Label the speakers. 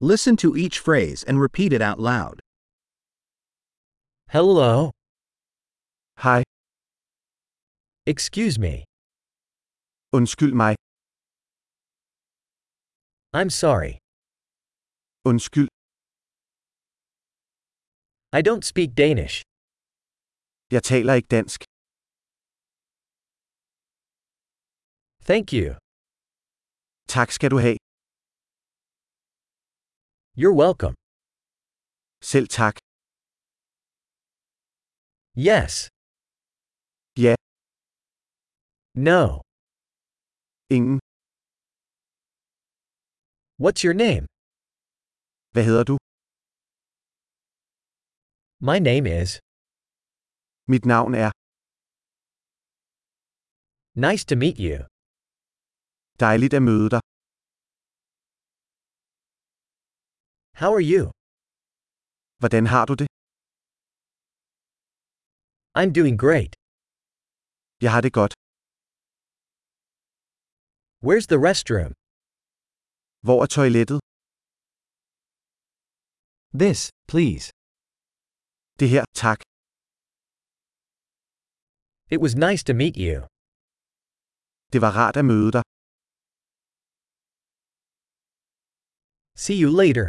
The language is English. Speaker 1: Listen to each phrase and repeat it out loud.
Speaker 2: Hello.
Speaker 3: Hej,
Speaker 2: Excuse me.
Speaker 3: undskyld mig,
Speaker 2: I'm sorry.
Speaker 3: undskyld,
Speaker 2: I don't speak Danish.
Speaker 3: jeg taler ikke dansk.
Speaker 2: Thank you.
Speaker 3: Tak skal du have.
Speaker 2: You're welcome.
Speaker 3: Selv tak.
Speaker 2: Yes.
Speaker 3: Yeah.
Speaker 2: No.
Speaker 3: Ingen.
Speaker 2: What's your name?
Speaker 3: Hvad hedder du?
Speaker 2: My name is.
Speaker 3: Mit navn er.
Speaker 2: Nice to meet you.
Speaker 3: Dejligt at møde dig.
Speaker 2: How are you?
Speaker 3: Hvordan har du det?
Speaker 2: I'm doing great.
Speaker 3: Jeg har det godt.
Speaker 2: Where's the restroom?
Speaker 3: Hvor er toilettet?
Speaker 2: This, please.
Speaker 3: Det her, tak.
Speaker 2: It was nice to meet you.
Speaker 3: Det var rart at møde dig.
Speaker 2: See you later.